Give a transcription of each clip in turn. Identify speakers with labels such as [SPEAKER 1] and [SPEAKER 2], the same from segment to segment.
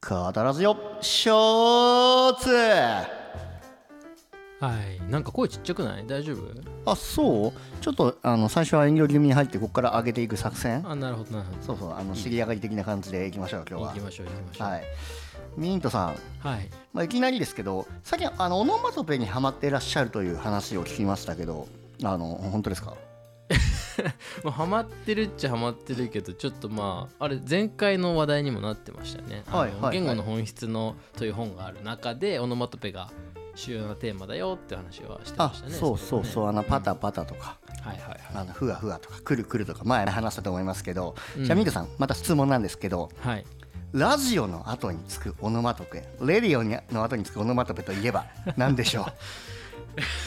[SPEAKER 1] 必ずよショーツ
[SPEAKER 2] はいなんか声ちっちゃくない大丈夫
[SPEAKER 1] あそうちょっとあの最初は遠慮気味に入ってここから上げていく作戦
[SPEAKER 2] あなるほどなるほど
[SPEAKER 1] そうそうあの尻上がり的な感じでいきましょう今日
[SPEAKER 2] 行
[SPEAKER 1] は
[SPEAKER 2] きましょう行きましょう
[SPEAKER 1] はいミントさん、
[SPEAKER 2] はい
[SPEAKER 1] まあ、いきなりですけど最近あのオノマトペにはまっていらっしゃるという話を聞きましたけどあの本当ですか
[SPEAKER 2] まあ、ハマってるっちゃハマってるけどちょっとまああれ前回の話題にもなってましたね「あの
[SPEAKER 1] はいはいはい
[SPEAKER 2] 言語の本質の」という本がある中でオノマトペが主要なテーマだよって話はしてま
[SPEAKER 1] あ
[SPEAKER 2] したね
[SPEAKER 1] そうそうそう、あのパタパタとか、
[SPEAKER 2] れはねはいはい
[SPEAKER 1] あのふわふわとかくるくるとか前話したと思いますけど、
[SPEAKER 2] うん
[SPEAKER 1] じゃあミントさんまた質問なんですけど
[SPEAKER 2] はいはい
[SPEAKER 1] ラジオの後につくオノマトペレディオにの後につくオノマトペとい えば何でしょう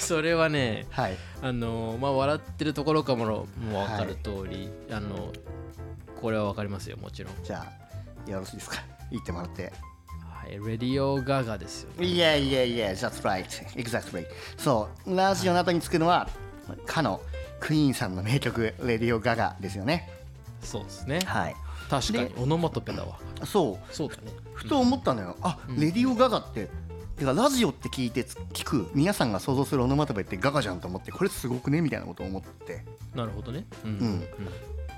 [SPEAKER 2] それはね
[SPEAKER 1] はい
[SPEAKER 2] あのまあ笑ってるところかもろもう分かる通り、あのこれは分かりますよもちろん
[SPEAKER 1] じゃあよろしいですか言ってもらって
[SPEAKER 2] はいレディオガガですよ
[SPEAKER 1] いやいやいや that's right exactly そうラジオの後につくのは、かのクイーンさんの名曲レディオガガですよね
[SPEAKER 2] そうですね
[SPEAKER 1] はい
[SPEAKER 2] 確かに
[SPEAKER 1] で
[SPEAKER 2] オノマトペだわ
[SPEAKER 1] そう
[SPEAKER 2] そうだね
[SPEAKER 1] ふと思ったのよ、あ、レディオガガっててかラジオって聞いてつ聞く皆さんが想像するオノマトペってガガじゃんと思ってこれすごくねみたいなことを思って
[SPEAKER 2] なるほどねうん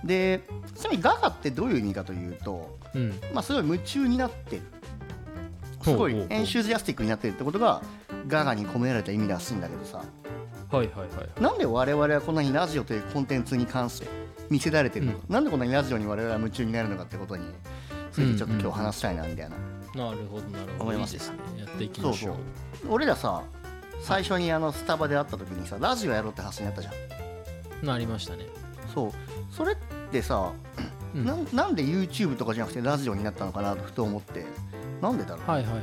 [SPEAKER 1] でちなみにガガってどういう意味かというと、
[SPEAKER 2] うん、うん
[SPEAKER 1] まあ、すごい夢中になってるすごい
[SPEAKER 2] ほうほうほう
[SPEAKER 1] エンシューズアスティックになってるってことがガガに込められた意味らしいんだけどさ
[SPEAKER 2] はいはいはい
[SPEAKER 1] なんで我々はこんなにラジオというコンテンツに関して見せられてるのか、なんでこんなにラジオに我々は夢中になるのかってことについてちょっと今日話したいなみたいな。
[SPEAKER 2] なるほどなるほど
[SPEAKER 1] 思います
[SPEAKER 2] ですねやっていきましょう
[SPEAKER 1] そう俺らさ最初にあのスタバで会った時にさラジオやろうって話になったじゃん
[SPEAKER 2] なりましたね、
[SPEAKER 1] そうそれってさ、
[SPEAKER 2] うん、
[SPEAKER 1] な
[SPEAKER 2] はい
[SPEAKER 1] ん、なんで YouTube とかじゃなくてラジオになったのかなとふと思ってなんでだろう、
[SPEAKER 2] はいはいうんうんう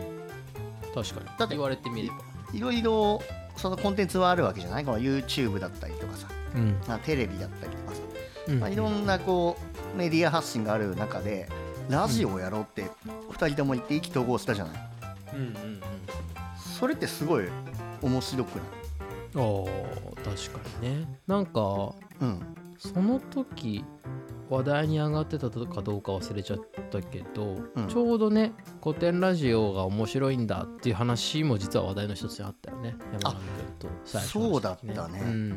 [SPEAKER 2] ん確かに
[SPEAKER 1] だって
[SPEAKER 2] 言われてみれば
[SPEAKER 1] い、ろいろそのコンテンツはあるわけじゃないこの YouTube だったりとかさ
[SPEAKER 2] うん、
[SPEAKER 1] まあテレビだったりとかさ、
[SPEAKER 2] うん
[SPEAKER 1] まあ、いろんなこうメディア発信がある中でラジオをやろうって2人とも言って意気投合したじゃない
[SPEAKER 2] うんうんうん
[SPEAKER 1] それってすごい面白くない
[SPEAKER 2] あー確かにねなんか
[SPEAKER 1] うん
[SPEAKER 2] その時話題に上がってたかどうか忘れちゃったけど、
[SPEAKER 1] うん
[SPEAKER 2] ちょうどね古典ラジオが面白いんだっていう話も実は話題の一つにあったよね山上君と最初の話
[SPEAKER 1] そうだったね
[SPEAKER 2] うん、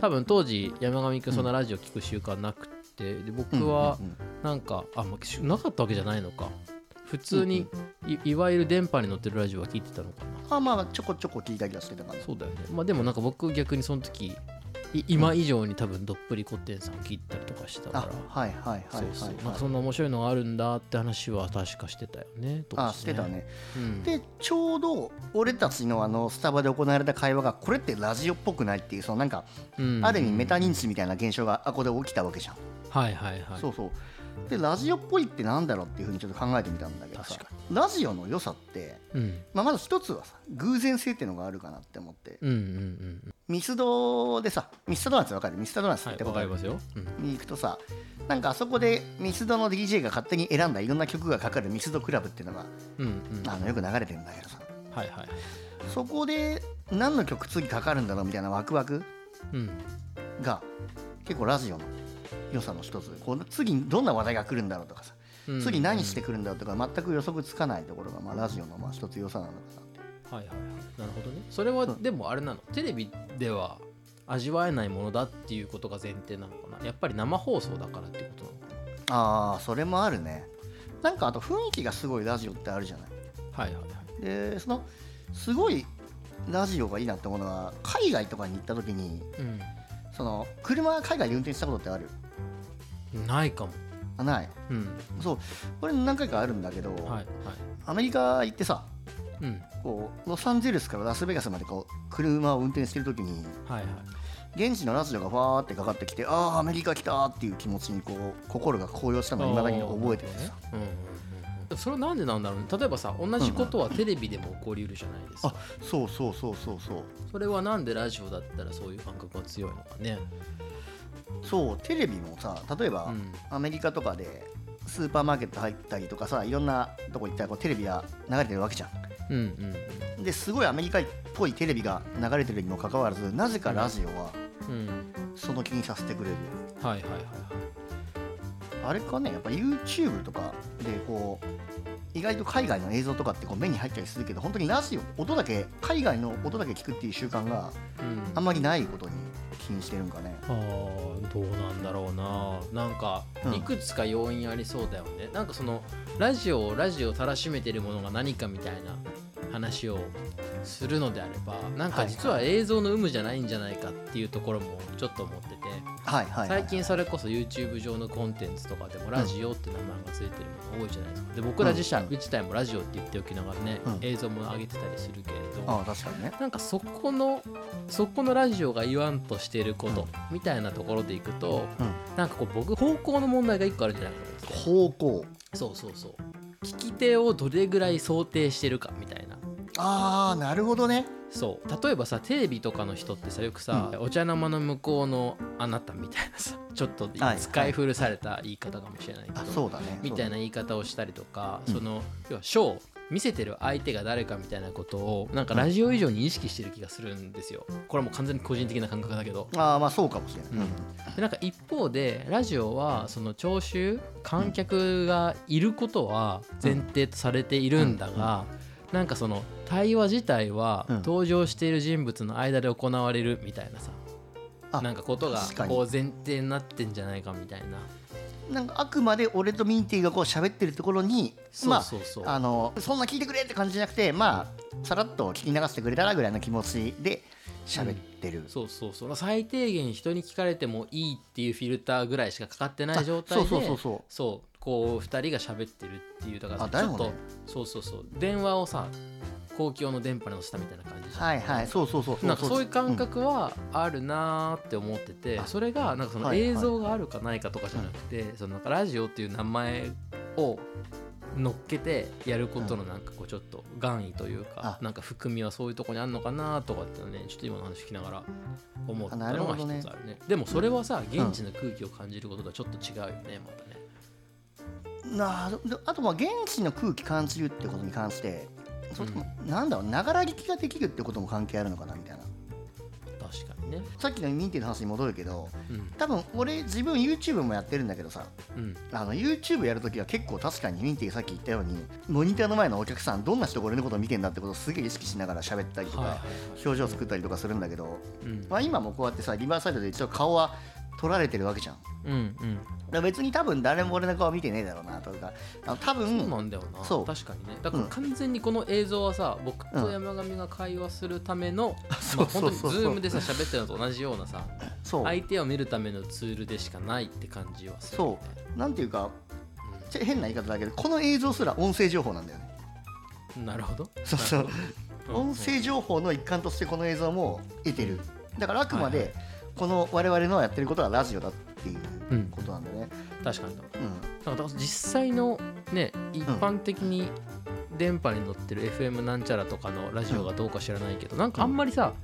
[SPEAKER 2] 多分当時山上君そんなラジオ聞く習慣なくて、で僕は
[SPEAKER 1] うんうんうん
[SPEAKER 2] なんか、あまあしなかったわけじゃないのか普通にい,、いわゆる電波に乗ってるラジオは聞いてたのかな
[SPEAKER 1] あまあちょこちょこ聞いたりはしてたから
[SPEAKER 2] そうだよねまあでもなんか僕逆にその時い今以上に多分どっぷり古典さんを聞いたりとかしてたから
[SPEAKER 1] あはいはいはいはい、はい、
[SPEAKER 2] そうそうなんかそんな面白いのがあるんだって話は確かしてたよね当時
[SPEAKER 1] あしてた、ね、
[SPEAKER 2] うん、
[SPEAKER 1] でちょうど俺たちのあのスタバで行われた会話がこれってラジオっぽくないっていうそのなんか
[SPEAKER 2] うん
[SPEAKER 1] ある意味メタ認知みたいな現象があここで起きたわけじゃん、
[SPEAKER 2] はいはいはい
[SPEAKER 1] そうそうでラジオっぽいってなんだろうっていうふうにちょっと考えてみたんだけどさ
[SPEAKER 2] 確
[SPEAKER 1] ラジオの良さって、
[SPEAKER 2] うん
[SPEAKER 1] まあ、まず一つはさ偶然性っていうのがあるかなって思って、
[SPEAKER 2] うんうんうん
[SPEAKER 1] ミスドでさミスドドーナツわかるミスドドーナツっ
[SPEAKER 2] はい
[SPEAKER 1] て
[SPEAKER 2] わ
[SPEAKER 1] こと
[SPEAKER 2] か
[SPEAKER 1] あ
[SPEAKER 2] り
[SPEAKER 1] る
[SPEAKER 2] ますよ、うん、
[SPEAKER 1] に行くとさなんかあそこでミスドの DJ が勝手に選んだいろんな曲がかかるミスドクラブっていうのが
[SPEAKER 2] うんうん
[SPEAKER 1] あのよく流れてるんだけどさ
[SPEAKER 2] はいはい
[SPEAKER 1] そこで何の曲次かかるんだろうみたいなワクワク
[SPEAKER 2] うん
[SPEAKER 1] が結構ラジオの良さの一つこう次にどんな話題が来るんだろうとかさ
[SPEAKER 2] うん
[SPEAKER 1] 次何してくるんだろうとか全く予測つかないところがまあラジオのまあ一つ良さなのかなって
[SPEAKER 2] はいはいはいなるほどねそれは
[SPEAKER 1] うん
[SPEAKER 2] でもあれなのテレビでは味わえないものだっていうことが前提なのかなやっぱり生放送だからってことなのか
[SPEAKER 1] ああそれもあるねなんかあと雰囲気がすごいラジオってあるじゃない
[SPEAKER 2] なはいはいはい
[SPEAKER 1] でそのすごいラジオがいいなって思うのは海外とかに行った時にその車海外で運転したことってある
[SPEAKER 2] うんないかも
[SPEAKER 1] あない
[SPEAKER 2] うん
[SPEAKER 1] そうこれ何回かあるんだけど、
[SPEAKER 2] はいはい
[SPEAKER 1] アメリカ行ってさ
[SPEAKER 2] うん
[SPEAKER 1] こうロサンゼルスからラスベガスまでこう車を運転してる時に
[SPEAKER 2] はいはい
[SPEAKER 1] 現地のラジオがファーってかかってきてああアメリカ来たーっていう気持ちにこう心が高揚したのをいまだに覚えてるさ
[SPEAKER 2] うんうんうんうんそれはなんでなんだろうね例えばさ同じことはテレビでも起こりうるじゃないですか、
[SPEAKER 1] あそうそうそうそうそう
[SPEAKER 2] それはなんでラジオだったらそういう感覚が強いのかね
[SPEAKER 1] そうテレビもさ例えば、
[SPEAKER 2] うん
[SPEAKER 1] アメリカとかでスーパーマーケット入ったりとかさいろんなとこ行ったらこうテレビが流れてるわけじゃ
[SPEAKER 2] うんうん
[SPEAKER 1] んですごいアメリカっぽいテレビが流れてるにもかかわらずなぜかラジオは
[SPEAKER 2] うんうん
[SPEAKER 1] その気にさせてくれるよね
[SPEAKER 2] はいはいはいはい
[SPEAKER 1] あれかねやっぱ YouTube とかでこう意外と海外の映像とかってこう目に入ったりするけど本当にラジオ音だけ海外の音だけ聞くっていう習慣が
[SPEAKER 2] うん
[SPEAKER 1] あんまりないことに気にしてるんかね
[SPEAKER 2] あーどうなんだろうななんか
[SPEAKER 1] うん
[SPEAKER 2] いくつか要因ありそうだよね、なんかそのラジオをラジオをたらしめてるものが何かみたいな話をするのであればなんか実は映像の有無じゃないんじゃないかっていうところもちょっと思ってて、
[SPEAKER 1] はいはい、はい、
[SPEAKER 2] 最近それこそ YouTube 上のコンテンツとかでもラジオって名前がついてるもの多いじゃないですかで僕ら自社
[SPEAKER 1] うん
[SPEAKER 2] 自体もラジオって言っておきながらね、
[SPEAKER 1] うん
[SPEAKER 2] 映像も上げてたりするけれど、
[SPEAKER 1] ああ確かにね
[SPEAKER 2] なんかそこのそこのラジオが言わんとしてることみたいなところでいくと、
[SPEAKER 1] うん
[SPEAKER 2] なんかこう僕方向の問題が一個あるんじゃないかと思ってて
[SPEAKER 1] 方向
[SPEAKER 2] そうそうそう聞き手をどれぐらい想定してるかみたいな
[SPEAKER 1] ああなるほどね
[SPEAKER 2] そう例えばさテレビとかの人ってさよくさ、お茶の間の向こうのあなたみたいなさ ちょっと
[SPEAKER 1] はい
[SPEAKER 2] 使い古された言い方かもしれないけど、
[SPEAKER 1] あそうだね
[SPEAKER 2] みたい
[SPEAKER 1] な
[SPEAKER 2] な言い方をしたりとか、
[SPEAKER 1] うん
[SPEAKER 2] その要はショー見せてる相手が誰かみたいなことをなんかラジオ以上に意識してる気がするんですよ。これはもう完全に個人的な感覚だけど。
[SPEAKER 1] ああまあそうかもしれない、
[SPEAKER 2] でなんか一方でラジオはその聴衆観客がいることは前提とされているんだが、なんかその対話自体は
[SPEAKER 1] うん
[SPEAKER 2] 登場している人物の間で行われるみたいなさ、
[SPEAKER 1] あ
[SPEAKER 2] なんかことが
[SPEAKER 1] 確かに
[SPEAKER 2] こう前提になってんじゃないかみたいな。
[SPEAKER 1] なんかあくまで俺とミンティがこう喋ってるところに
[SPEAKER 2] そうそうそう。
[SPEAKER 1] まあ、あのそんな聞いてくれって感じじゃなくてまあさらっと聞き流してくれたらぐらいの気持ちで喋ってる、
[SPEAKER 2] そうそうそう最低限人に聞かれてもいいっていうフィルターぐらいしかかかってない状態で
[SPEAKER 1] そうそうそうそう
[SPEAKER 2] そうこう2人が喋ってるっていうだから
[SPEAKER 1] あだ
[SPEAKER 2] ち
[SPEAKER 1] よ
[SPEAKER 2] ょ
[SPEAKER 1] ね
[SPEAKER 2] っと、そうそうそう電話をさ公共の電波に乗せたみたいな感じじゃん、
[SPEAKER 1] はいはいそうそうそう
[SPEAKER 2] なんかそういう感
[SPEAKER 1] うん
[SPEAKER 2] 覚はあるなーって思ってて、
[SPEAKER 1] あ
[SPEAKER 2] それがなんかその
[SPEAKER 1] はいはい
[SPEAKER 2] 映像があるかないかとかじゃなくて、そのなんかラジオっていう名前を乗っけてやることのなんかこうちょっと願意というか、
[SPEAKER 1] あ
[SPEAKER 2] なんか含みはそういうとこにあるのかなとかっていうのねちょっと今の話聞きながら思った
[SPEAKER 1] あなる
[SPEAKER 2] の
[SPEAKER 1] ほ
[SPEAKER 2] が
[SPEAKER 1] ど
[SPEAKER 2] 一つある
[SPEAKER 1] ね
[SPEAKER 2] ねでもそれはさ現地の空気を感じることとはちょっと違うよねまたね
[SPEAKER 1] なあであとまあ現地の空気感じるってことに関してそれともなんだろうながら聞きができるってことも関係あるのかなみたいな
[SPEAKER 2] 確かにね
[SPEAKER 1] さっきのミンティの話に戻るけど多分俺自分 YouTube もやってるんだけどさ
[SPEAKER 2] うんうん
[SPEAKER 1] あの YouTube やるときは結構確かにミンティがさっき言ったようにモニターの前のお客さんどんな人が俺のことを見てんだってことをすげえ意識しながら喋ったりとか、
[SPEAKER 2] はいはいはい
[SPEAKER 1] 表情を作ったりとかするんだけど、
[SPEAKER 2] うん
[SPEAKER 1] まあ、今もこうやってさリバーサイドで一応顔は撮られてるわけじゃんだか
[SPEAKER 2] うんうん
[SPEAKER 1] ら別に多分誰も俺の顔見てねえだろうなとかあの多
[SPEAKER 2] そうな
[SPEAKER 1] 分
[SPEAKER 2] んだよな
[SPEAKER 1] そう
[SPEAKER 2] 確かにねだから
[SPEAKER 1] うん
[SPEAKER 2] 完全にこの映像はさ、僕と
[SPEAKER 1] うん
[SPEAKER 2] 山上が会話するための、
[SPEAKER 1] そ
[SPEAKER 2] まあ
[SPEAKER 1] う
[SPEAKER 2] 本
[SPEAKER 1] そ
[SPEAKER 2] 当
[SPEAKER 1] う
[SPEAKER 2] にズ
[SPEAKER 1] そう
[SPEAKER 2] ームでさ喋ってるのと同じようなさ
[SPEAKER 1] そう
[SPEAKER 2] 相手を見るためのツールでしかないって感じはするよ
[SPEAKER 1] そ
[SPEAKER 2] ね
[SPEAKER 1] うなんていうかちょ変な言い方だけどこの映像すら音声情報なんだよね
[SPEAKER 2] うんなるほど
[SPEAKER 1] そうそう
[SPEAKER 2] うん
[SPEAKER 1] 音声情報の一環としてこの映像も得てるだからあくま
[SPEAKER 2] はい
[SPEAKER 1] でこの我々のやってることはラジオだっていう
[SPEAKER 2] うん
[SPEAKER 1] ことなんだね、
[SPEAKER 2] 確かにだか
[SPEAKER 1] うん、
[SPEAKER 2] らだから実際のね一般的に電波に乗ってる FM なんちゃらとかのラジオがどうか知らないけど、なんかあんまりさ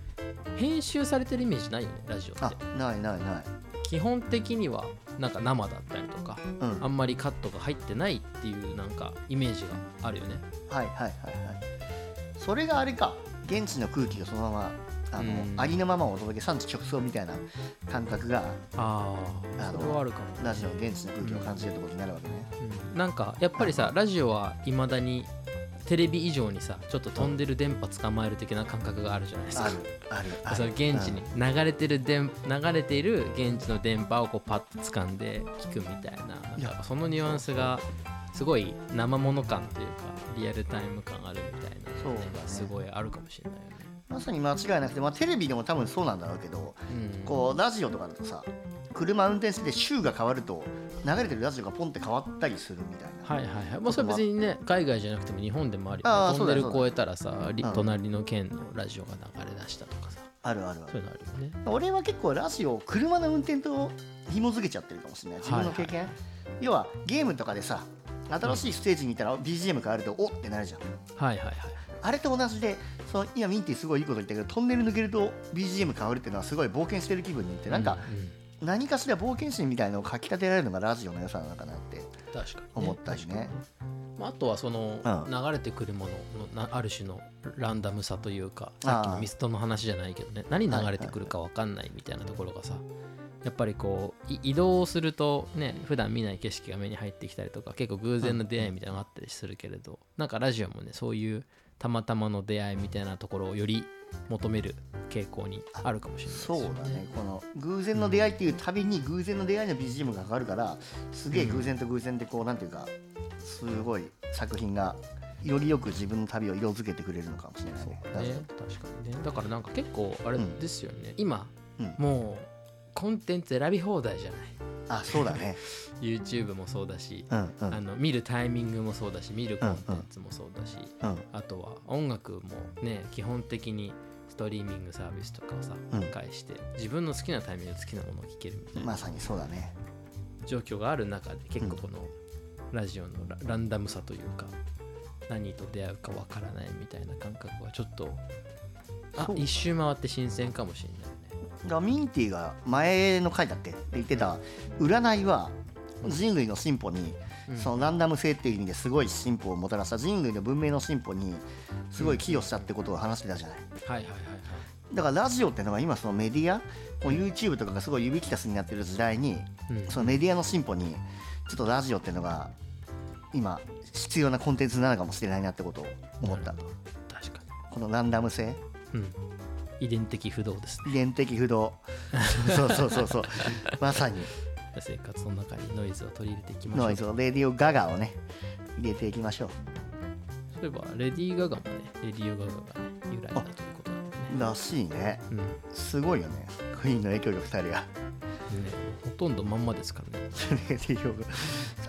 [SPEAKER 2] 編集されてるイメージないよねラジオっ
[SPEAKER 1] あ
[SPEAKER 2] て
[SPEAKER 1] ないないない
[SPEAKER 2] 基本的にはなんか生だったりとか
[SPEAKER 1] うん
[SPEAKER 2] あ
[SPEAKER 1] はい
[SPEAKER 2] んまりカットが入ってないっていうなんかイメージがあるよね。
[SPEAKER 1] はいはいはいそれがあれか現地の空気がそのままあの、
[SPEAKER 2] うん
[SPEAKER 1] ありのままお届け産地直送みたいな感覚が
[SPEAKER 2] あ
[SPEAKER 1] あ
[SPEAKER 2] あ
[SPEAKER 1] の
[SPEAKER 2] それはあるかも、
[SPEAKER 1] ラジオの現地の空気を感じるってことになるわけね、
[SPEAKER 2] うんなんかやっぱりさラジオはいまだにテレビ以上にさちょっと飛んでる電波捕まえる的な感覚があるじゃないです
[SPEAKER 1] あ
[SPEAKER 2] か
[SPEAKER 1] る。あるある
[SPEAKER 2] その現地に流れてる電流れている現地の電波をこうパッと掴んで聞くみたいななん
[SPEAKER 1] い
[SPEAKER 2] か
[SPEAKER 1] や
[SPEAKER 2] そのニュアンスがすごい生もの感というかリアルタイム感あるみたいな
[SPEAKER 1] そう
[SPEAKER 2] の
[SPEAKER 1] だね
[SPEAKER 2] がすごいあるかもしれないよね。
[SPEAKER 1] まさに間違いなくて、まあ、テレビでも多分そうなんだろうけど
[SPEAKER 2] うん
[SPEAKER 1] こうラジオとかだとさ車運転してて週が変わると流れてるラジオがポンって変わったりするみたいな、
[SPEAKER 2] はいはいはい、まあ、それは別にね海外じゃなくても日本でもある
[SPEAKER 1] あ
[SPEAKER 2] よ、
[SPEAKER 1] あ
[SPEAKER 2] ね、トンネル
[SPEAKER 1] そうだよ
[SPEAKER 2] 越えたらさ、り
[SPEAKER 1] うん
[SPEAKER 2] 隣の県のラジオが流れ出したとかさ
[SPEAKER 1] あるあるあ
[SPEAKER 2] そ
[SPEAKER 1] る
[SPEAKER 2] ういうのあるよね
[SPEAKER 1] 俺は結構ラジオを車の運転と紐付けちゃってるかもしれない自分の経験、要はゲームとかでさ新しいステージにいたら BGM 変わるとおってなるじゃん
[SPEAKER 2] はいはいはい
[SPEAKER 1] あれと同じでその今ミンティすごいいいこと言ったけどトンネル抜けると BGM 変わるっていうのはすごい冒険してる気分にってなんか、
[SPEAKER 2] ううん
[SPEAKER 1] 何かしら冒険心みたいなのをかきたてられるのがラジオの良さなのかなって
[SPEAKER 2] 確かに、ね、
[SPEAKER 1] 思ったしね
[SPEAKER 2] 確かにまあ、あとはその、
[SPEAKER 1] うん
[SPEAKER 2] 流れてくるもののなある種のランダムさというか
[SPEAKER 1] あ
[SPEAKER 2] さ
[SPEAKER 1] あ
[SPEAKER 2] っきのミストの話じゃないけどね何流れてくるか分かんないみたいなところがさ、やっぱりこうい移動するとね普段見ない景色が目に入ってきたりとか結構偶然の出会いみたいなのがあったりするけれど、なんかラジオもねそういうたまたまの出会いみたいなところをより求める傾向にあるかもしれないです
[SPEAKER 1] そ
[SPEAKER 2] よ
[SPEAKER 1] う
[SPEAKER 2] ね。
[SPEAKER 1] だねこの偶然の出会いっていうたびに偶然の出会いの BGM がかかるからすげえ偶然と偶然でこうなんていうかすごい作品がよりよく自分の旅を色づけてくれるのかもしれないね。
[SPEAKER 2] ね、確かにねだからなんか結構あれですよね、今、
[SPEAKER 1] うん
[SPEAKER 2] もうコンテンツ選び放題じゃない
[SPEAKER 1] あそうだね。
[SPEAKER 2] YouTube もそうだし、
[SPEAKER 1] うんうん
[SPEAKER 2] あの見るタイミングもそうだし見るコンテンツもそうだし、
[SPEAKER 1] うん
[SPEAKER 2] あとは音楽もね基本的にストリーミングサービスとかをさ、
[SPEAKER 1] うん
[SPEAKER 2] 介して自分の好きなタイミングで好きなものを聴けるみたいな
[SPEAKER 1] まさにそうだね。
[SPEAKER 2] 状況がある中で結構このラジオのラランダムさというか何と出会うかわからないみたいな感覚はちょっとあ
[SPEAKER 1] そう
[SPEAKER 2] 一周回って新鮮かもしれないね。
[SPEAKER 1] だからミンティが前の回だっけって言ってた占いは人類の進歩に
[SPEAKER 2] うん
[SPEAKER 1] そのランダム性っていう意味ですごい進歩をもたらした人類の文明の進歩にすごい寄与したってことを話してたじゃない。
[SPEAKER 2] はいはいはい
[SPEAKER 1] だからラジオってのは今そのメディアこう YouTube とかがすごい指揮たすになってる時代に
[SPEAKER 2] はい。うん
[SPEAKER 1] そのメディアの進歩にちょっとラジオってのが今必要なコンテンツなのかもしれないなってことを思った
[SPEAKER 2] なるほど確か
[SPEAKER 1] このランダム性
[SPEAKER 2] に。うん。遺伝的不動ですね。
[SPEAKER 1] 遺伝的不 動そうそうそうそうまさに
[SPEAKER 2] 生活の中にノイズを取り入れていきましょう。
[SPEAKER 1] ノイズをレディオガガをね入れていきましょ
[SPEAKER 2] そういえば、レディー・ガガもね、レディー・ガガがね、由来だということなんでね。
[SPEAKER 1] うらしいね
[SPEAKER 2] うん。ね
[SPEAKER 1] すごいよねクイーンの影響力2人が
[SPEAKER 2] ほとんどまんまですからね。
[SPEAKER 1] レディオガガ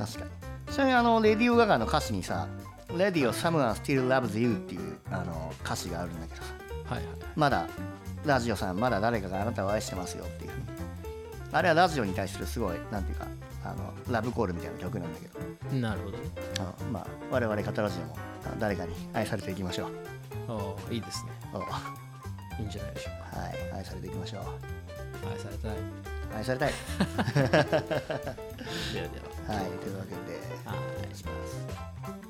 [SPEAKER 1] 確かにちなみにあのレディオガガの歌詞にさ「Radio Someone Still Loves You」っていうあの歌詞があるんだけどさ
[SPEAKER 2] はいはい。
[SPEAKER 1] まだラジオさんまだ誰かがあなたを愛してますよっていうふうにあれはラジオに対するすごいなんていうかあのラブコールみたいな曲なんだけど
[SPEAKER 2] なるほどね。
[SPEAKER 1] あのまあ我々カタラジオもあ誰かに愛されていきましょう
[SPEAKER 2] ああ、いいですね。
[SPEAKER 1] おはい
[SPEAKER 2] いんじゃないでしょう
[SPEAKER 1] い愛されていきましょう
[SPEAKER 2] か。愛されたい。
[SPEAKER 1] 愛されたい
[SPEAKER 2] ではでは。
[SPEAKER 1] はいというわけで
[SPEAKER 2] はい
[SPEAKER 1] 失礼します